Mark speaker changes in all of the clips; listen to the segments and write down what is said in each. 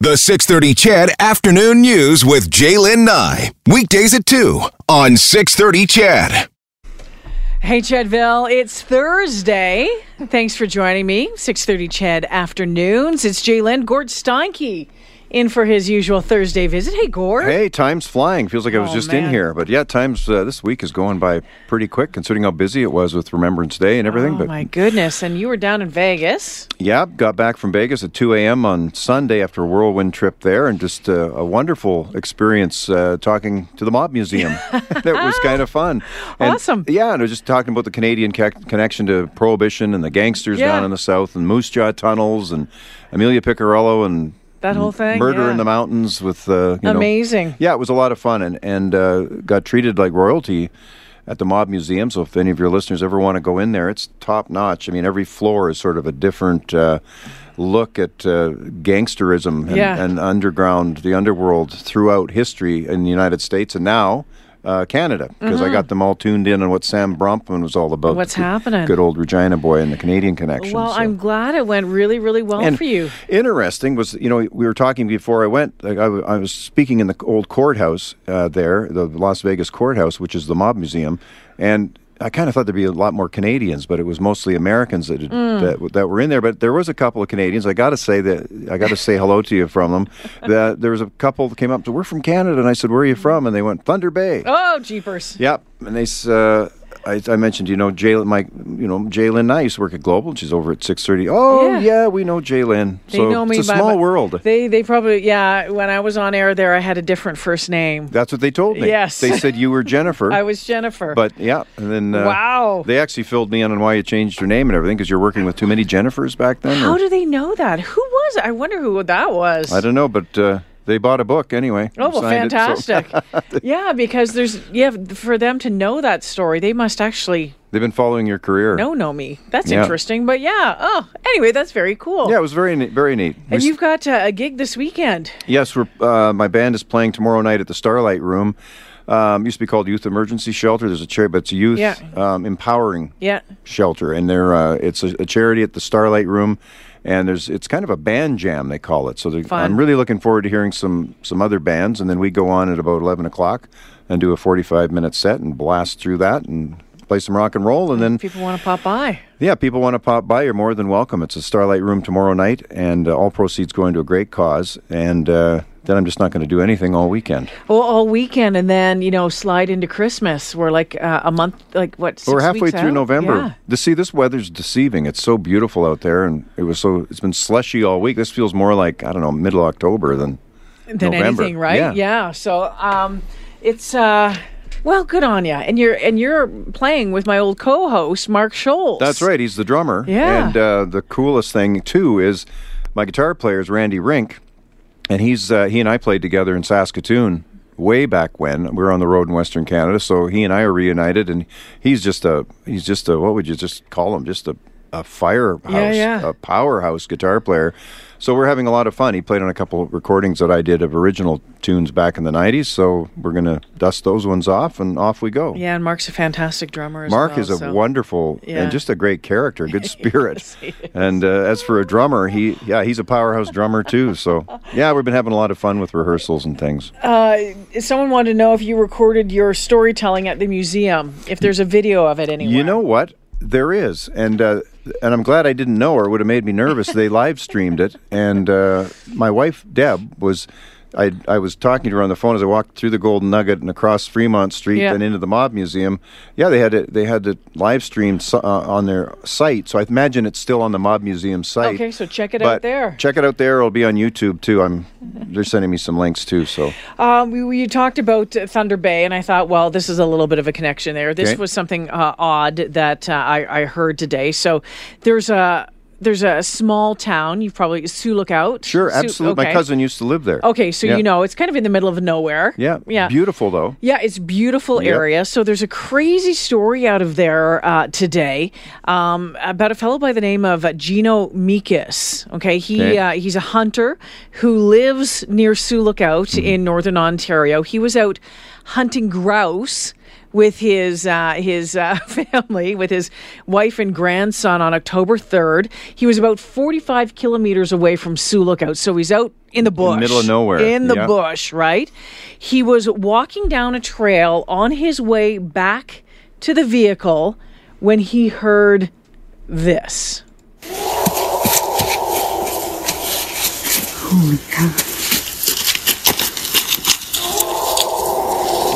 Speaker 1: The 630 Chad Afternoon News with Jaylen Nye. Weekdays at 2 on 630 Chad.
Speaker 2: Hey, Chadville, it's Thursday. Thanks for joining me. 6.30 Chad Afternoons. It's Jaylen Gord Steinke in for his usual Thursday visit. Hey, Gord.
Speaker 3: Hey, time's flying. Feels like I was
Speaker 2: Oh,
Speaker 3: just in
Speaker 2: man.
Speaker 3: here, but yeah, time's uh, this week is going by pretty quick considering how busy it was with Remembrance Day and everything.
Speaker 2: Oh,
Speaker 3: but
Speaker 2: my goodness. And you were down in Vegas.
Speaker 3: yeah, got back from Vegas at 2 a.m. on Sunday after a whirlwind trip there, and just uh, a wonderful experience uh, talking to the Mob Museum. that was kind of fun. And,
Speaker 2: Awesome.
Speaker 3: Yeah, and I was just talking about the Canadian co- connection to Prohibition and the gangsters
Speaker 2: Yeah.
Speaker 3: down in the South and Moose Jaw tunnels and Amelia Piccarello and
Speaker 2: That whole thing.
Speaker 3: Murder
Speaker 2: yeah.
Speaker 3: in the Mountains with uh, you know-
Speaker 2: Amazing.
Speaker 3: yeah, it was a lot of fun and and uh, got treated like royalty at the Mob Museum. So if any of your listeners ever want to go in there, it's top notch. I mean, every floor is sort of a different. Uh, Look at uh, gangsterism and,
Speaker 2: Yeah.
Speaker 3: and underground, the underworld throughout history in the United States and now uh, Canada, because I got them all tuned in on what Sam Bronfman was all about.
Speaker 2: What's
Speaker 3: the good-
Speaker 2: happening.
Speaker 3: Good old Regina boy and the Canadian connection.
Speaker 2: Well,
Speaker 3: so.
Speaker 2: I'm glad it went really, really well for you.
Speaker 3: Interesting was, you know, we were talking before I went. Like I, w- I was speaking in the old courthouse uh, there, the Las Vegas courthouse, which is the mob museum, and I kind of thought there'd be a lot more Canadians, but it was mostly Americans that had,
Speaker 2: Mm.
Speaker 3: that, w- that were in there. But there was a couple of Canadians. I got to say that I got to say hello to you from them. That there was a couple that came up to, "We're from Canada," and I said, "Where are you from?" And they went, "Thunder Bay."
Speaker 2: Oh, jeepers.
Speaker 3: Yep. And they, s- uh, I, I mentioned, you know, Jalen, my, you know, Jalen and I used to work at Global. She's over at 6.30. Oh,
Speaker 2: Yeah.
Speaker 3: yeah, we know Jalen.
Speaker 2: They
Speaker 3: so
Speaker 2: know me
Speaker 3: it's a
Speaker 2: by
Speaker 3: small
Speaker 2: my-
Speaker 3: world.
Speaker 2: They, they probably, yeah, when I was on air there, I had a different first name.
Speaker 3: That's what they told me.
Speaker 2: Yes.
Speaker 3: They said you were Jennifer.
Speaker 2: I was Jennifer.
Speaker 3: But yeah, and then uh,
Speaker 2: Wow.
Speaker 3: they actually filled me in on why you changed your name and everything because you're working with too many Jennifers back then.
Speaker 2: How
Speaker 3: or-
Speaker 2: do they know that? Who was? I wonder who that was.
Speaker 3: Hmm. I don't know, but uh, they bought a book anyway.
Speaker 2: Oh well,
Speaker 3: Signed it, so-
Speaker 2: fantastic! yeah, because there's yeah for them to know that story, they must actually
Speaker 3: they've been following your career.
Speaker 2: know know me. That's
Speaker 3: Yeah.
Speaker 2: interesting, but yeah. Oh, anyway, that's very cool.
Speaker 3: Yeah, it was very neat. Very neat. We
Speaker 2: and you've got uh, a gig this weekend.
Speaker 3: Yes, we're, uh, my band is playing tomorrow night at the Starlight Room. Um, used to be called Youth Emergency Shelter. There's a charity, but it's a youth
Speaker 2: Yeah.
Speaker 3: um, empowering
Speaker 2: Yeah.
Speaker 3: shelter, and they're uh, it's a, a charity at the Starlight Room. And there's it's kind of a band jam they call it. So they're-
Speaker 2: Fun.
Speaker 3: I'm really looking forward to hearing some some other bands, and then we go on at about 11 o'clock and do a 45 minute set and blast through that and play some rock and roll, and then
Speaker 2: People want to pop by.
Speaker 3: yeah, people want to pop by. You're more than welcome. It's a Starlight Room tomorrow night, and uh, all proceeds going to a great cause. And uh, then I'm just not going to do anything all weekend
Speaker 2: Well, all weekend, and then you know slide into Christmas. We're like uh, a month, like what?
Speaker 3: But we're
Speaker 2: six
Speaker 3: halfway
Speaker 2: weeks
Speaker 3: through
Speaker 2: out?
Speaker 3: November.
Speaker 2: Yeah.
Speaker 3: To see this weather's deceiving. It's so beautiful out there, and it was so. It's been slushy all week. This feels more like I don't know, middle October than
Speaker 2: than
Speaker 3: November.
Speaker 2: anything, right?
Speaker 3: Yeah.
Speaker 2: So um, it's uh, well, good on you. And you're and you're playing with my old co-host Mark Scholes.
Speaker 3: That's right. He's the drummer.
Speaker 2: Yeah.
Speaker 3: And uh, the coolest thing too is my guitar player is Randy Rink, and he's uh, he and I played together in Saskatoon way back when we were on the road in Western Canada. So he and I are reunited, and he's just a he's just a what would you just call him? Just a a firehouse,
Speaker 2: yeah.
Speaker 3: a powerhouse guitar player. So we're having a lot of fun. He played on a couple of recordings that I did of original tunes back in the '90s. So we're gonna dust those ones off, and off we go.
Speaker 2: Yeah, and Mark's a fantastic drummer. As
Speaker 3: Mark
Speaker 2: well,
Speaker 3: is a
Speaker 2: so-
Speaker 3: wonderful
Speaker 2: Yeah.
Speaker 3: and just a great character, good spirit.
Speaker 2: he is.
Speaker 3: and uh, as for a drummer, he yeah, he's a powerhouse drummer too. So yeah, we've been having a lot of fun with rehearsals and things.
Speaker 2: Uh, someone wanted to know if you recorded your storytelling at the museum. If there's a video of it anywhere.
Speaker 3: You know what? There is, and uh, and I'm glad I didn't know, or it would have made me nervous. they live streamed it, and uh, my wife Deb was. I, I was talking to her on the phone as I walked through the Golden Nugget and across Fremont Street
Speaker 2: Yeah.
Speaker 3: and into the Mob Museum. Yeah, they had it. They had it live streamed so- uh, on their site, so I imagine it's still on the Mob Museum site.
Speaker 2: Okay, so check it
Speaker 3: But
Speaker 2: out there.
Speaker 3: Check it out there. It'll be on YouTube too. I'm. They're sending me some links too. So
Speaker 2: Um, we, we- you talked about uh, Thunder Bay, and I thought, well, this is a little bit of a connection there. This
Speaker 3: Okay.
Speaker 2: was something uh, odd that uh, I, I heard today. So there's a there's a small town. You've probably Sioux Lookout.
Speaker 3: sure,
Speaker 2: Sioux-
Speaker 3: absolutely. My
Speaker 2: okay.
Speaker 3: cousin used to live there.
Speaker 2: Okay, so
Speaker 3: Yeah.
Speaker 2: you know it's kind of in the middle of nowhere.
Speaker 3: Yeah.
Speaker 2: yeah.
Speaker 3: Beautiful though.
Speaker 2: Yeah, it's beautiful
Speaker 3: Yep.
Speaker 2: area. So there's a crazy story out of there uh, today um, about a fellow by the name of uh, Gino Mikis. Okay, he
Speaker 3: Okay.
Speaker 2: Uh, he's a hunter who lives near Sioux Lookout in northern Ontario. He was out hunting grouse with his uh, his uh, family, with his wife and grandson on October 3rd. He was about 45 kilometers away from Sioux Lookout, so he's out in the bush,
Speaker 3: middle of nowhere.
Speaker 2: in the
Speaker 3: Yeah.
Speaker 2: bush, right? He was walking down a trail on his way back to the vehicle when he heard this.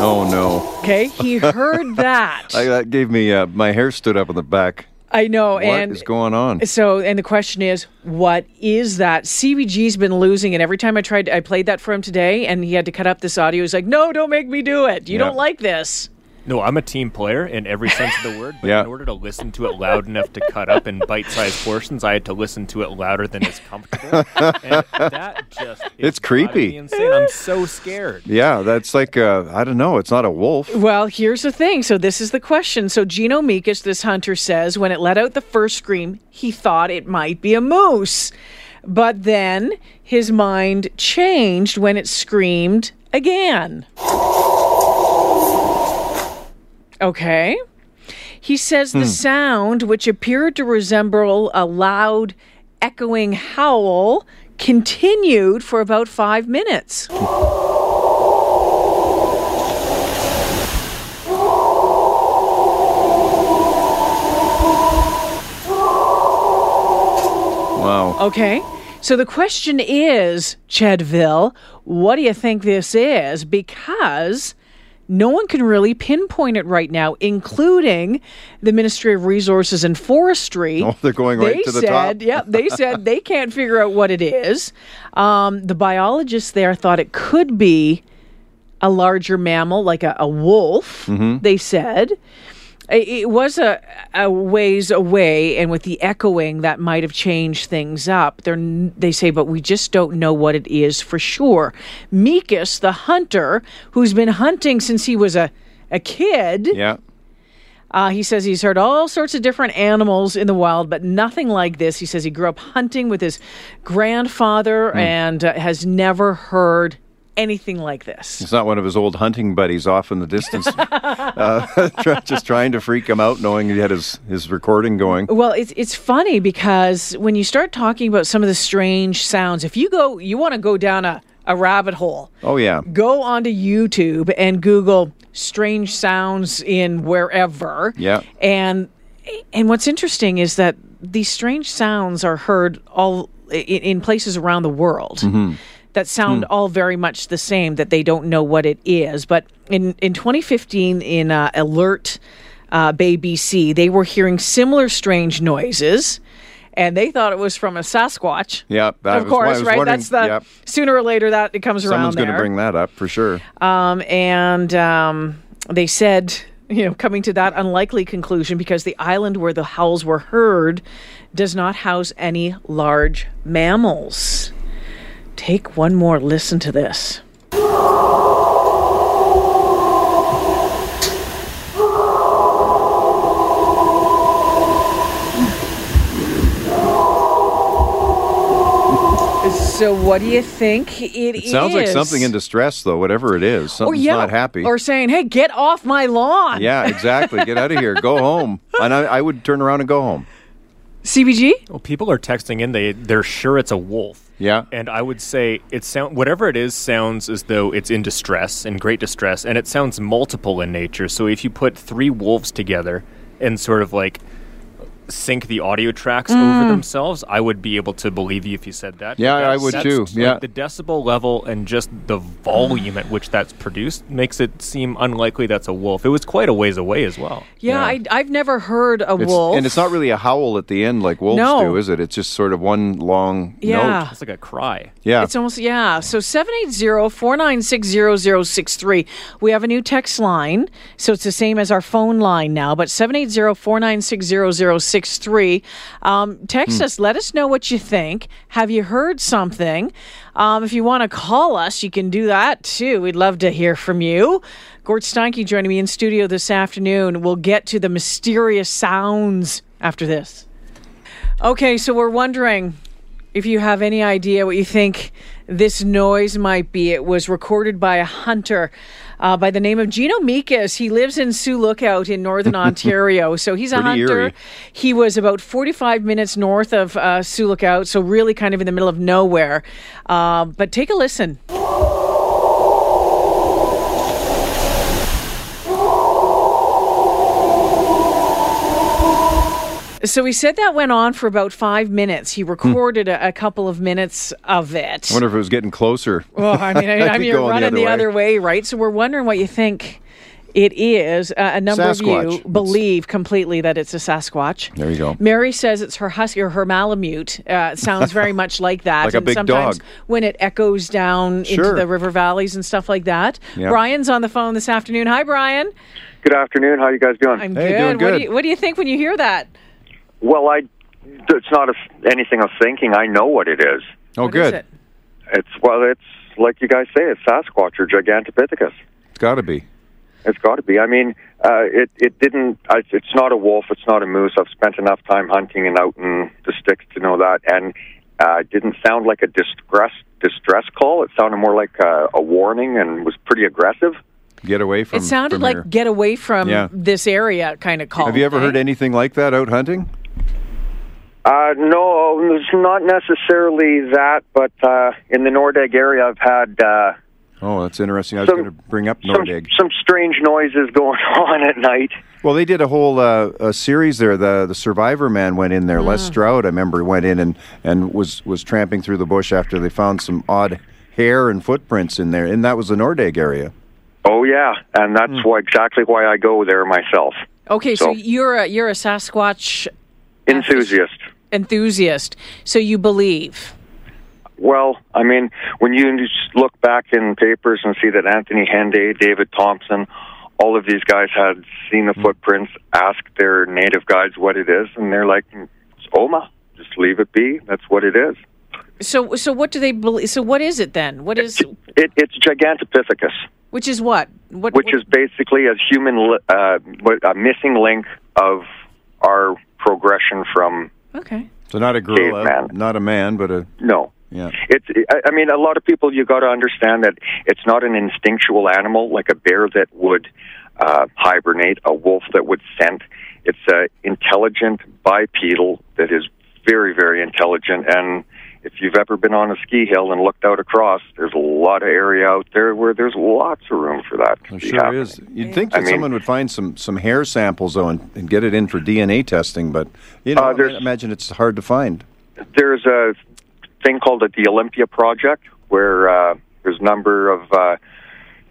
Speaker 3: Oh no!
Speaker 2: Okay, he heard that.
Speaker 3: I, that gave me uh, my hair stood up on the back.
Speaker 2: I know,
Speaker 3: What is
Speaker 2: and
Speaker 3: going on?
Speaker 2: So, and the question is, what is that? CBG's been losing, and every time I tried, I played that for him today, and he had to cut up this audio. He's like, "No, don't make me do it. You
Speaker 3: Yeah.
Speaker 2: don't like this."
Speaker 4: No, I'm a team player in every sense of the word, but
Speaker 3: Yeah.
Speaker 4: in order to listen to it loud enough to cut up in bite sized portions, I had to listen to it louder than is comfortable. and that just is
Speaker 3: It's creepy.
Speaker 4: driving me Insane. I'm so scared.
Speaker 3: Yeah, that's like uh, I don't know. It's not a wolf.
Speaker 2: Well, here's the thing. So this is the question. So Gino Mikas, this hunter, says when it let out the first scream, he thought it might be a moose, but then his mind changed when it screamed again. Okay. He says the sound, which appeared to resemble a loud, echoing howl, continued for about five minutes.
Speaker 3: Wow.
Speaker 2: Okay. So the question is, Chadville, what do you think this is? Because no one can really pinpoint it right now, including the Ministry of Resources and Forestry.
Speaker 3: Oh, they're going right
Speaker 2: they
Speaker 3: to the
Speaker 2: said,
Speaker 3: top.
Speaker 2: yeah, they said they can't figure out what it is. Um, the biologists there thought it could be a larger mammal, like a, a wolf.
Speaker 3: Mm-hmm.
Speaker 2: They said I- it was a, a ways away, and with the echoing, that might have changed things up. They're, n- they say, but we just don't know what it is for sure. Mikus, the hunter, who's been hunting since he was a, a kid,
Speaker 3: Yeah.
Speaker 2: uh, he says he's heard all sorts of different animals in the wild, but nothing like this. He says he grew up hunting with his grandfather and uh, has never heard anything like this.
Speaker 3: It's not one of his old hunting buddies off in the distance, uh, try- just trying to freak him out, knowing he had his, his recording going.
Speaker 2: Well, it's it's funny because when you start talking about some of the strange sounds, if you go, you want to go down a, a rabbit hole.
Speaker 3: Oh yeah,
Speaker 2: Go onto YouTube and Google strange sounds in wherever.
Speaker 3: Yeah.
Speaker 2: And and what's interesting is that these strange sounds are heard all in, in places around the world.
Speaker 3: Mm-hmm.
Speaker 2: That sound
Speaker 3: Hmm.
Speaker 2: all very much the same. That they don't know what it is. But in in 2015, in uh, Alert uh, Bay, BC, they were hearing similar strange noises, and they thought it was from a Sasquatch.
Speaker 3: Yeah, that
Speaker 2: of
Speaker 3: was why I
Speaker 2: course,
Speaker 3: was
Speaker 2: right?
Speaker 3: wondering-
Speaker 2: That's the
Speaker 3: yeah.
Speaker 2: sooner or later that it comes around
Speaker 3: someone's
Speaker 2: there.
Speaker 3: going to bring that up for sure.
Speaker 2: Um, and um, they said, you know, coming to that unlikely conclusion because the island where the howls were heard does not house any large mammals. Take one more listen to this. So, what do you think it,
Speaker 3: It sounds like something
Speaker 2: is?
Speaker 3: in distress, though. Whatever it is,
Speaker 2: or
Speaker 3: something's
Speaker 2: yeah,
Speaker 3: not happy.
Speaker 2: or saying, "Hey, get off my lawn."
Speaker 3: yeah, exactly. Get out of here. Go home. And I, I would turn around and go home.
Speaker 2: CBG.
Speaker 4: Well, people are texting in. They they're sure it's a wolf.
Speaker 3: Yeah.
Speaker 4: And I would say it sound whatever it is sounds as though it's in distress, in great distress, and it sounds multiple in nature. So if you put three wolves together and sort of like sync the audio tracks over themselves, I would be able to believe you if you said that.
Speaker 3: Mm. Yeah, I
Speaker 4: That's-
Speaker 3: would
Speaker 4: that's
Speaker 3: too.
Speaker 4: like
Speaker 3: Yeah.
Speaker 4: the decibel level and just the volume at which that's produced makes it seem unlikely that's a wolf. It was quite a ways away as well.
Speaker 2: Yeah, I, I've never heard a
Speaker 3: It's,
Speaker 2: wolf,
Speaker 3: and it's not really a howl at the end like wolves
Speaker 2: No.
Speaker 3: do, is it? It's just sort of one long
Speaker 2: Yeah.
Speaker 3: note.
Speaker 4: It's like a cry.
Speaker 3: Yeah.
Speaker 2: It's almost yeah. So 780-496-0063. We have a new text line, so it's the same as our phone line now, but 780-496-0063. Um, text us, let us know what you think. Have you heard something? Um, if you want to call us, you can do that too. We'd love to hear from you. Gord Steinke joining me in studio this afternoon. We'll get to the mysterious sounds after this. Okay, so we're wondering if you have any idea what you think this noise might be. It was recorded by a hunter uh, by the name of Gino Mikas. He lives in Sioux Lookout in northern Ontario. So he's a
Speaker 3: Pretty
Speaker 2: hunter.
Speaker 3: eerie.
Speaker 2: He was about 45 minutes north of uh, Sioux Lookout, so really kind of in the middle of nowhere. Uh, but take a listen. So he said that went on for about five minutes. He recorded a, a couple of minutes of it.
Speaker 3: Hmm. I wonder if it was getting closer.
Speaker 2: Well, I mean, I,
Speaker 3: That'd
Speaker 2: I
Speaker 3: be
Speaker 2: mean, you're
Speaker 3: going the
Speaker 2: running
Speaker 3: other
Speaker 2: the
Speaker 3: way.
Speaker 2: other way, right? So we're wondering what you think it is. Uh, a number of
Speaker 3: Sasquatch.
Speaker 2: you believe completely that it's a Sasquatch.
Speaker 3: There you go.
Speaker 2: Mary says it's her husky or her Malamute. Uh, it sounds very much like that.
Speaker 3: Like a
Speaker 2: and
Speaker 3: big
Speaker 2: sometimes
Speaker 3: dog.
Speaker 2: when it echoes down into
Speaker 3: Sure.
Speaker 2: the river valleys and stuff like that.
Speaker 3: Yeah.
Speaker 2: Brian's on the phone this afternoon. Hi, Brian.
Speaker 5: Good afternoon. How you guys doing?
Speaker 2: I'm
Speaker 3: Hey,
Speaker 2: good.
Speaker 3: doing
Speaker 2: What,
Speaker 3: good.
Speaker 2: do you, what do you think when you hear that?
Speaker 5: well, I. It's not a, anything of thinking. I know what it is.
Speaker 3: Oh,
Speaker 2: What is
Speaker 3: good.
Speaker 2: it?
Speaker 5: It's well, it's like you guys say, it's Sasquatch or Gigantopithecus.
Speaker 3: It's got to be.
Speaker 5: It's got to be. I mean, uh, it it didn't. I, it's not a wolf. It's not a moose. I've spent enough time hunting and out in the sticks to know that. And uh, it didn't sound like a distress distress call. It sounded more like a, a warning and was pretty aggressive.
Speaker 3: Get away from.
Speaker 2: It sounded
Speaker 3: from
Speaker 2: like
Speaker 3: here.
Speaker 2: get away from
Speaker 3: Yeah.
Speaker 2: this area kind of call.
Speaker 3: Have you ever
Speaker 2: eh?
Speaker 3: heard anything like that out hunting?
Speaker 5: Uh, no, it's not necessarily that, but uh, in the Nordegg area, I've had. Uh,
Speaker 3: Oh, that's interesting. I was
Speaker 5: Some-
Speaker 3: going to bring up
Speaker 5: some,
Speaker 3: Nordig.
Speaker 5: some strange noises going on at night.
Speaker 3: Well, they did a whole uh, a series there. The the Survivor man went in there.
Speaker 2: Mm.
Speaker 3: Les Stroud, I remember, went in and, and was was tramping through the bush after they found some odd hair and footprints in there, and that was the Nordeg area.
Speaker 5: Oh yeah, and that's why exactly why I go there myself.
Speaker 2: Okay, so
Speaker 5: So-
Speaker 2: you're a you're a Sasquatch
Speaker 5: Enthusiast.
Speaker 2: enthusiast. So you believe.
Speaker 5: Well, I mean, when you just look back in papers and see that Anthony Henday, David Thompson, all of these guys had seen the footprints, asked their native guides what it is, and they're like, "It's Oma. Just leave it be. That's what it is.
Speaker 2: So so what do they believe? So what is it then? What is
Speaker 5: It, it's Gigantopithecus."
Speaker 2: which is what? What
Speaker 5: which
Speaker 2: what-
Speaker 5: is basically a human li- uh, what- a missing link of our progression from
Speaker 2: okay.
Speaker 3: So not a gorilla,
Speaker 5: Caveman.
Speaker 3: not a man, but a
Speaker 5: no
Speaker 3: yeah.
Speaker 5: it's I- i mean a lot of people you got to understand that it's not an instinctual animal like a bear that would uh, hibernate a wolf that would scent it's a intelligent bipedal that is very very intelligent and if you've ever been on a ski hill and looked out across there's a lot of area out there where there's lots of room for that to
Speaker 3: There
Speaker 5: be
Speaker 3: sure
Speaker 5: happening.
Speaker 3: is. You'd think that
Speaker 5: I mean-
Speaker 3: someone would find some, some hair samples though and, and get it in for DNA testing, but you know,
Speaker 5: Uh,
Speaker 3: I
Speaker 5: there's-
Speaker 3: imagine it's hard to find.
Speaker 5: there's a thing called the Olympia Project where uh, there's a number of uh,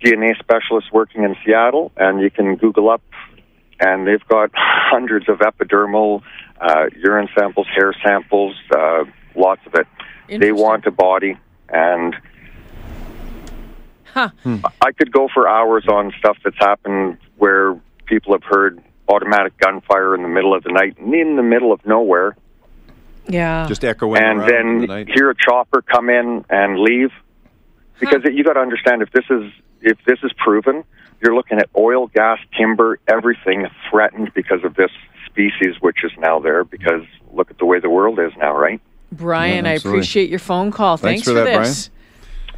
Speaker 5: DNA specialists working in Seattle, and you can Google up, and they've got hundreds of epidermal, uh, urine samples, hair samples, uh, lots of it. They
Speaker 2: Interesting.
Speaker 5: want a body, and I could go for hours on stuff that's happened where people have heard automatic gunfire in the middle of the night and in the middle of nowhere
Speaker 2: Yeah.
Speaker 3: Just echoing
Speaker 5: and
Speaker 3: around in the
Speaker 5: then
Speaker 3: night. Hmm.
Speaker 5: hear a chopper come in and leave because you got to understand if this is if this is proven you're looking at oil gas timber everything threatened because of this species which is now there because look at the way the world is now right
Speaker 2: Brian, I
Speaker 3: absolutely.
Speaker 2: appreciate your phone call. Thanks,
Speaker 3: Thanks for that,
Speaker 2: this.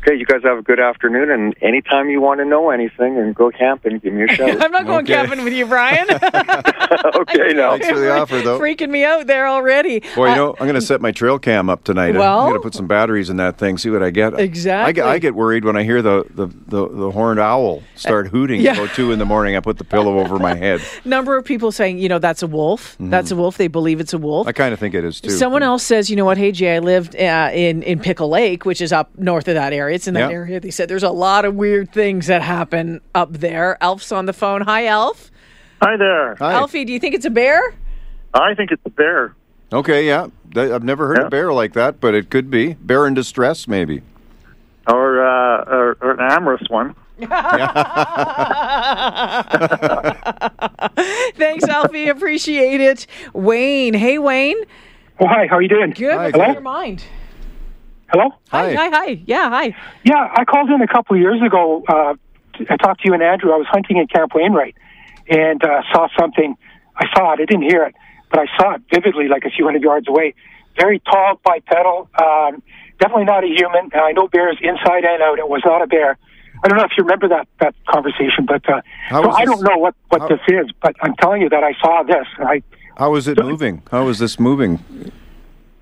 Speaker 5: okay you guys have a good afternoon and anytime you want to know anything and go camping give me a shout
Speaker 2: I'm not going
Speaker 3: Okay.
Speaker 2: camping with you, Brian.
Speaker 5: okay now
Speaker 3: Thanks for the offer, though.
Speaker 2: Freaking me out there already.
Speaker 3: Boy,
Speaker 2: Uh,
Speaker 3: you know, I'm going to set my trail cam up tonight.
Speaker 2: well-
Speaker 3: I'm going to put some batteries in that thing, see what I get. I
Speaker 2: Exactly.
Speaker 3: get, I get worried when I hear the, the, the, the horned owl start hooting
Speaker 2: Uh, yeah.
Speaker 3: about 2 in the morning. I put the pillow over my head.
Speaker 2: number of people saying, you know, that's a wolf. That's a wolf. They believe it's a wolf.
Speaker 3: Mm-hmm. I kind of think it is, too.
Speaker 2: Someone else says, you know what? Hey, Jay, I lived uh, in in Pickle Lake, which is up north of that area. It's in that
Speaker 3: Yeah.
Speaker 2: area. They said there's a lot of weird things that happen up there. Elf's on the phone. Hi, Elf.
Speaker 6: Hi there.
Speaker 3: Hi.
Speaker 2: Elfie, do you think it's a bear?
Speaker 6: I think it's a bear.
Speaker 3: Okay, yeah. Th- I've never heard
Speaker 6: Yeah.
Speaker 3: a bear like that, but it could be. Bear in distress, maybe.
Speaker 6: Or, uh, or, or an amorous one.
Speaker 2: Thanks, Elfie. Appreciate it. Wayne. Hey, Wayne.
Speaker 7: Oh, hi, how are you doing?
Speaker 2: Good.
Speaker 3: Hi,
Speaker 2: What's on
Speaker 3: Hello?
Speaker 2: your mind?
Speaker 7: Hello?
Speaker 2: Hi. Hi. Hi. Yeah.
Speaker 3: Uh,
Speaker 2: Hi.
Speaker 7: Yeah, I called in a couple of years ago. Uh, t- I talked to you and Andrew. I was hunting in Camp Wainwright and uh, saw something. I saw it. I didn't hear it, but I saw it vividly, like a few hundred yards away. Very tall bipedal, um, definitely not a human. And I know bears inside and out. It was not a bear. I don't know if you remember that that conversation, but uh,
Speaker 3: How
Speaker 7: so
Speaker 3: was
Speaker 7: I
Speaker 3: this-
Speaker 7: don't know what what
Speaker 3: how-
Speaker 7: this is. But I'm telling you that I saw this. and I
Speaker 3: How is it moving? How is this moving?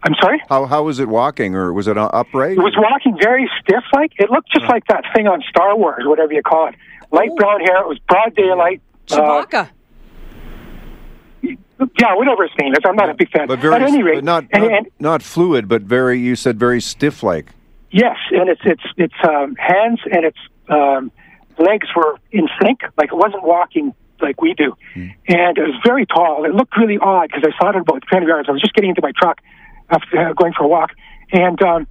Speaker 7: I'm sorry.
Speaker 3: How how is it walking, or was it uh, upright?
Speaker 7: It was walking very stiff, like it looked just like that thing on Star Wars, whatever you call it. Light brown hair. It was broad daylight. Uh,
Speaker 2: Chewbacca.
Speaker 7: yeah, whatever his name is. I'm not a big fan.
Speaker 3: but very,
Speaker 7: At any rate,
Speaker 3: but not
Speaker 7: and,
Speaker 3: not,
Speaker 7: and
Speaker 3: not fluid, but very. You said very stiff, like.
Speaker 7: Yes, and its its its um, hands and its um, legs were in sync, like it wasn't walking like we do,
Speaker 3: Hmm.
Speaker 7: and it was very tall. It looked really odd because I saw it at about 20 yards. I was just getting into my truck after uh, going for a walk, and um,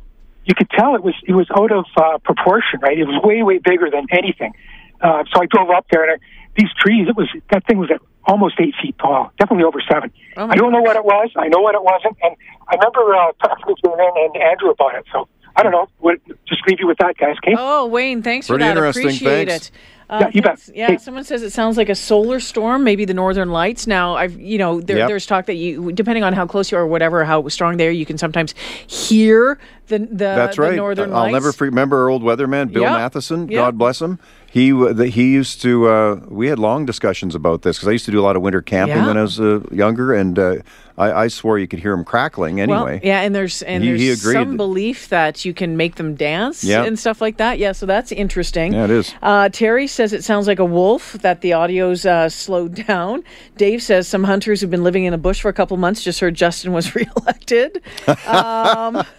Speaker 7: you could tell it was it was out of uh, proportion. Right, it was way way bigger than anything. Uh, so I drove up there, and I, these trees. It was that thing was at almost eight feet tall, definitely over seven.
Speaker 2: Oh my
Speaker 7: I don't know
Speaker 2: gosh.
Speaker 7: what it was. I know what it wasn't, and I remember uh, talking to Lynn and Andrew about it. So I don't know. Would, just leave you with that, guys. Okay.
Speaker 2: Oh, Wayne, thanks
Speaker 3: Pretty
Speaker 2: for that.
Speaker 3: interesting,
Speaker 2: Appreciate
Speaker 3: thanks.
Speaker 2: it. Uh,
Speaker 7: Yeah, you bet.
Speaker 2: thanks. Yeah,
Speaker 7: Hey.
Speaker 2: someone says it sounds like a solar storm, maybe the northern lights. Now, I've you know there,
Speaker 3: Yep.
Speaker 2: there's talk that you, depending on how close you are, or whatever, how strong they are, you can sometimes hear the the,
Speaker 3: That's
Speaker 2: Uh, the
Speaker 3: right.
Speaker 2: northern
Speaker 3: I'll
Speaker 2: lights.
Speaker 3: never forget- remember our old weatherman Bill
Speaker 2: Yeah.
Speaker 3: Matheson.
Speaker 2: Yeah.
Speaker 3: God bless him. He w- the, he used to. Uh, we had long discussions about this because I used to do a lot of winter camping
Speaker 2: Yeah.
Speaker 3: when I was uh, younger, and uh, I, I swore you could hear him crackling.
Speaker 2: Well,
Speaker 3: Anyway,
Speaker 2: yeah, and there's and
Speaker 3: He-
Speaker 2: there's
Speaker 3: he agreed
Speaker 2: some
Speaker 3: that-
Speaker 2: belief that you can make them dance
Speaker 3: Yeah.
Speaker 2: and stuff like that. Yeah, so that's interesting.
Speaker 3: Yeah, it is.
Speaker 2: Uh, Terry says it sounds like a wolf that the audio's uh, slowed down. Dave says some hunters who've been living in a bush for a couple months just heard Justin was reelected. Um,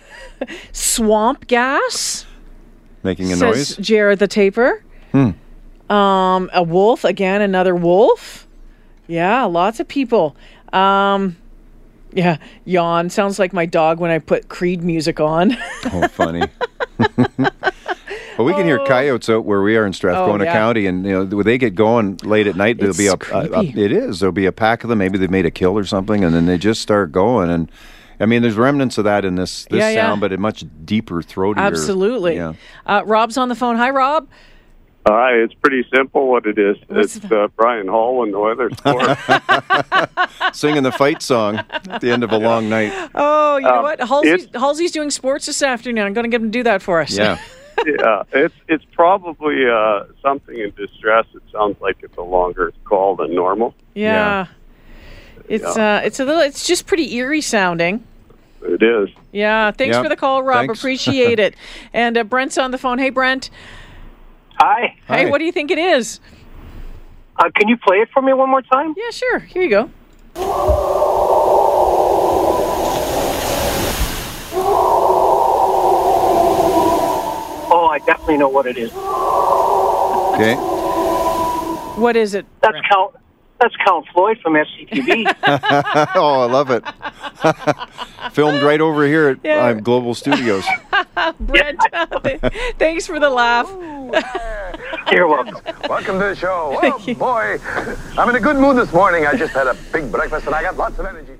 Speaker 2: swamp gas
Speaker 3: making a
Speaker 2: says
Speaker 3: noise. Hmm.
Speaker 2: Jared the taper. Um, a wolf again, another wolf. Yeah, lots of people. Um, yeah, yawn sounds like my dog when I put Creed music on.
Speaker 3: Oh, funny. But we can hear coyotes out where we are in Strathcona
Speaker 2: Oh. yeah.
Speaker 3: County, and you know when they get going late at night, there'll be a,
Speaker 2: It's
Speaker 3: a- a-
Speaker 2: creepy.
Speaker 3: it is there'll be a pack of them. Maybe they've made a kill or something, and then they just start going. And I mean, there's remnants of that in this this
Speaker 2: Yeah, yeah.
Speaker 3: sound, but a much deeper throatier.
Speaker 2: Absolutely.
Speaker 3: Yeah.
Speaker 2: Uh, Rob's on the phone. Hi, Rob.
Speaker 8: Hi, it's pretty simple what it is.
Speaker 2: What's
Speaker 8: it's
Speaker 2: that?
Speaker 8: uh, Brian Hall and the weather report.
Speaker 3: singing the fight song at the end of a long night.
Speaker 2: Oh, you know what? Halsey's,
Speaker 8: it's-
Speaker 2: Halsey's doing sports this afternoon. I'm going to get him to do that for us.
Speaker 3: Yeah.
Speaker 8: yeah, it's it's probably uh, something in distress. It sounds like it's a longer call than normal.
Speaker 2: yeah. It's uh, it's a little. It's just pretty eerie sounding.
Speaker 8: It is.
Speaker 2: Yeah. Thanks
Speaker 3: Yep.
Speaker 2: for the call, Rob.
Speaker 3: Thanks.
Speaker 2: Appreciate it. And uh, Brent's on the phone. Hey, Brent.
Speaker 6: Hi.
Speaker 2: Hey,
Speaker 3: Hi.
Speaker 2: what do you think it is?
Speaker 6: Uh, can you play it for me one more time?
Speaker 2: Yeah, sure. Here you go.
Speaker 6: Oh, I definitely know what it is.
Speaker 3: Okay.
Speaker 2: What is it?
Speaker 6: That's Cal. That's Cal Floyd from SCTV.
Speaker 3: Oh, I love it. Filmed right over here at
Speaker 2: Yeah.
Speaker 3: uh, Global Studios.
Speaker 2: Brent. Thanks for the laugh.
Speaker 6: You're welcome.
Speaker 9: Welcome to the show. Oh boy, I'm in a good mood this morning. I just had a big breakfast and I got lots of energy.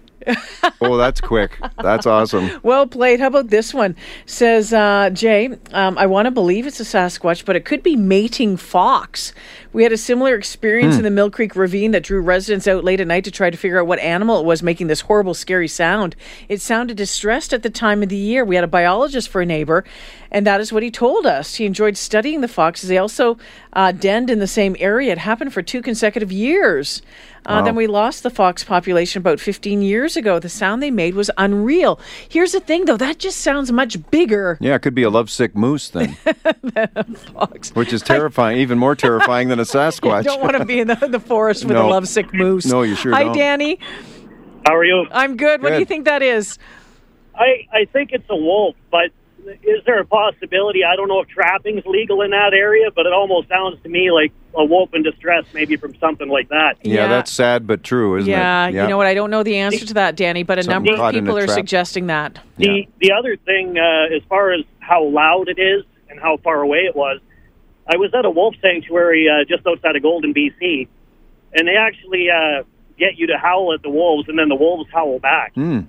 Speaker 3: Oh, that's quick. That's awesome.
Speaker 2: Well played. How about this one? Says uh, Jay, um, I want to believe it's a Sasquatch, but it could be mating fox. We had a similar experience in the Mill Creek Ravine that drew residents out late at night to try to figure out what animal it was making this horrible, scary sound. It sounded distressed at the time of the year. We had a biologist for a neighbor, and that is what he told us. He enjoyed studying the foxes. They also uh, denned in the same area. It happened for two consecutive years. Uh, Then we lost the fox population about 15 years ago. The sound they made was unreal. Here's the thing, though, that just sounds much bigger.
Speaker 3: Yeah, it could be a lovesick moose then,
Speaker 2: Fox.
Speaker 3: which is terrifying, even more terrifying than a Sasquatch.
Speaker 2: Don't want to be in the, the forest with a
Speaker 3: No.
Speaker 2: lovesick moose.
Speaker 3: No, you sure
Speaker 2: Hi,
Speaker 3: don't.
Speaker 2: Danny.
Speaker 10: How are you?
Speaker 2: I'm good. What do you
Speaker 3: Good.
Speaker 2: think that is?
Speaker 10: I, I think it's a wolf, but is there a possibility? I don't know if trapping's legal in that area, but it almost sounds to me like a wolf in distress, maybe from something like that.
Speaker 3: yeah, that's sad but true, isn't
Speaker 2: yeah,
Speaker 3: it?
Speaker 2: you know what? I don't know the answer to that, Danny, but a
Speaker 3: Something
Speaker 2: number of
Speaker 3: caught in a
Speaker 2: people are
Speaker 3: trap.
Speaker 2: suggesting that.
Speaker 3: Yeah.
Speaker 10: The the other thing, uh, as far as how loud it is and how far away it was, I was at a wolf sanctuary uh, just outside of Golden, BC, and they actually uh, get you to howl at the wolves, and then the wolves howl back.
Speaker 3: Hmm.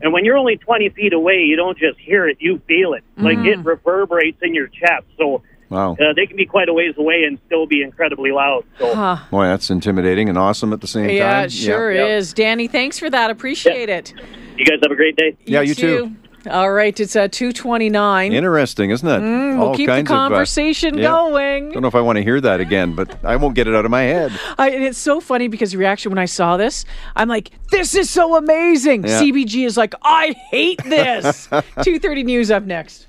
Speaker 10: And when you're only 20 feet away, you don't just hear it; you feel it. Like it reverberates in your chest. So
Speaker 3: Hmm. Wow.
Speaker 10: uh, they can be quite a ways away and still be incredibly loud. So
Speaker 3: Boy, that's intimidating and awesome at the same time.
Speaker 2: Yeah, it sure
Speaker 3: Yeah.
Speaker 2: is. Danny, thanks for that. Appreciate it.
Speaker 10: you guys have a great day.
Speaker 3: Yeah, you too.
Speaker 2: All right, it's uh, 229.
Speaker 3: Interesting, isn't it?
Speaker 2: Mm, we'll
Speaker 3: All
Speaker 2: keep the
Speaker 3: kinds of, uh,
Speaker 2: conversation
Speaker 3: yeah.
Speaker 2: going.
Speaker 3: Don't know if I want to hear that again, but I won't get it out of my head.
Speaker 2: I, and it's so funny because your reaction when I saw this, I'm like, this is so amazing.
Speaker 3: Yeah.
Speaker 2: CBG is like, I hate this. 230 News up next.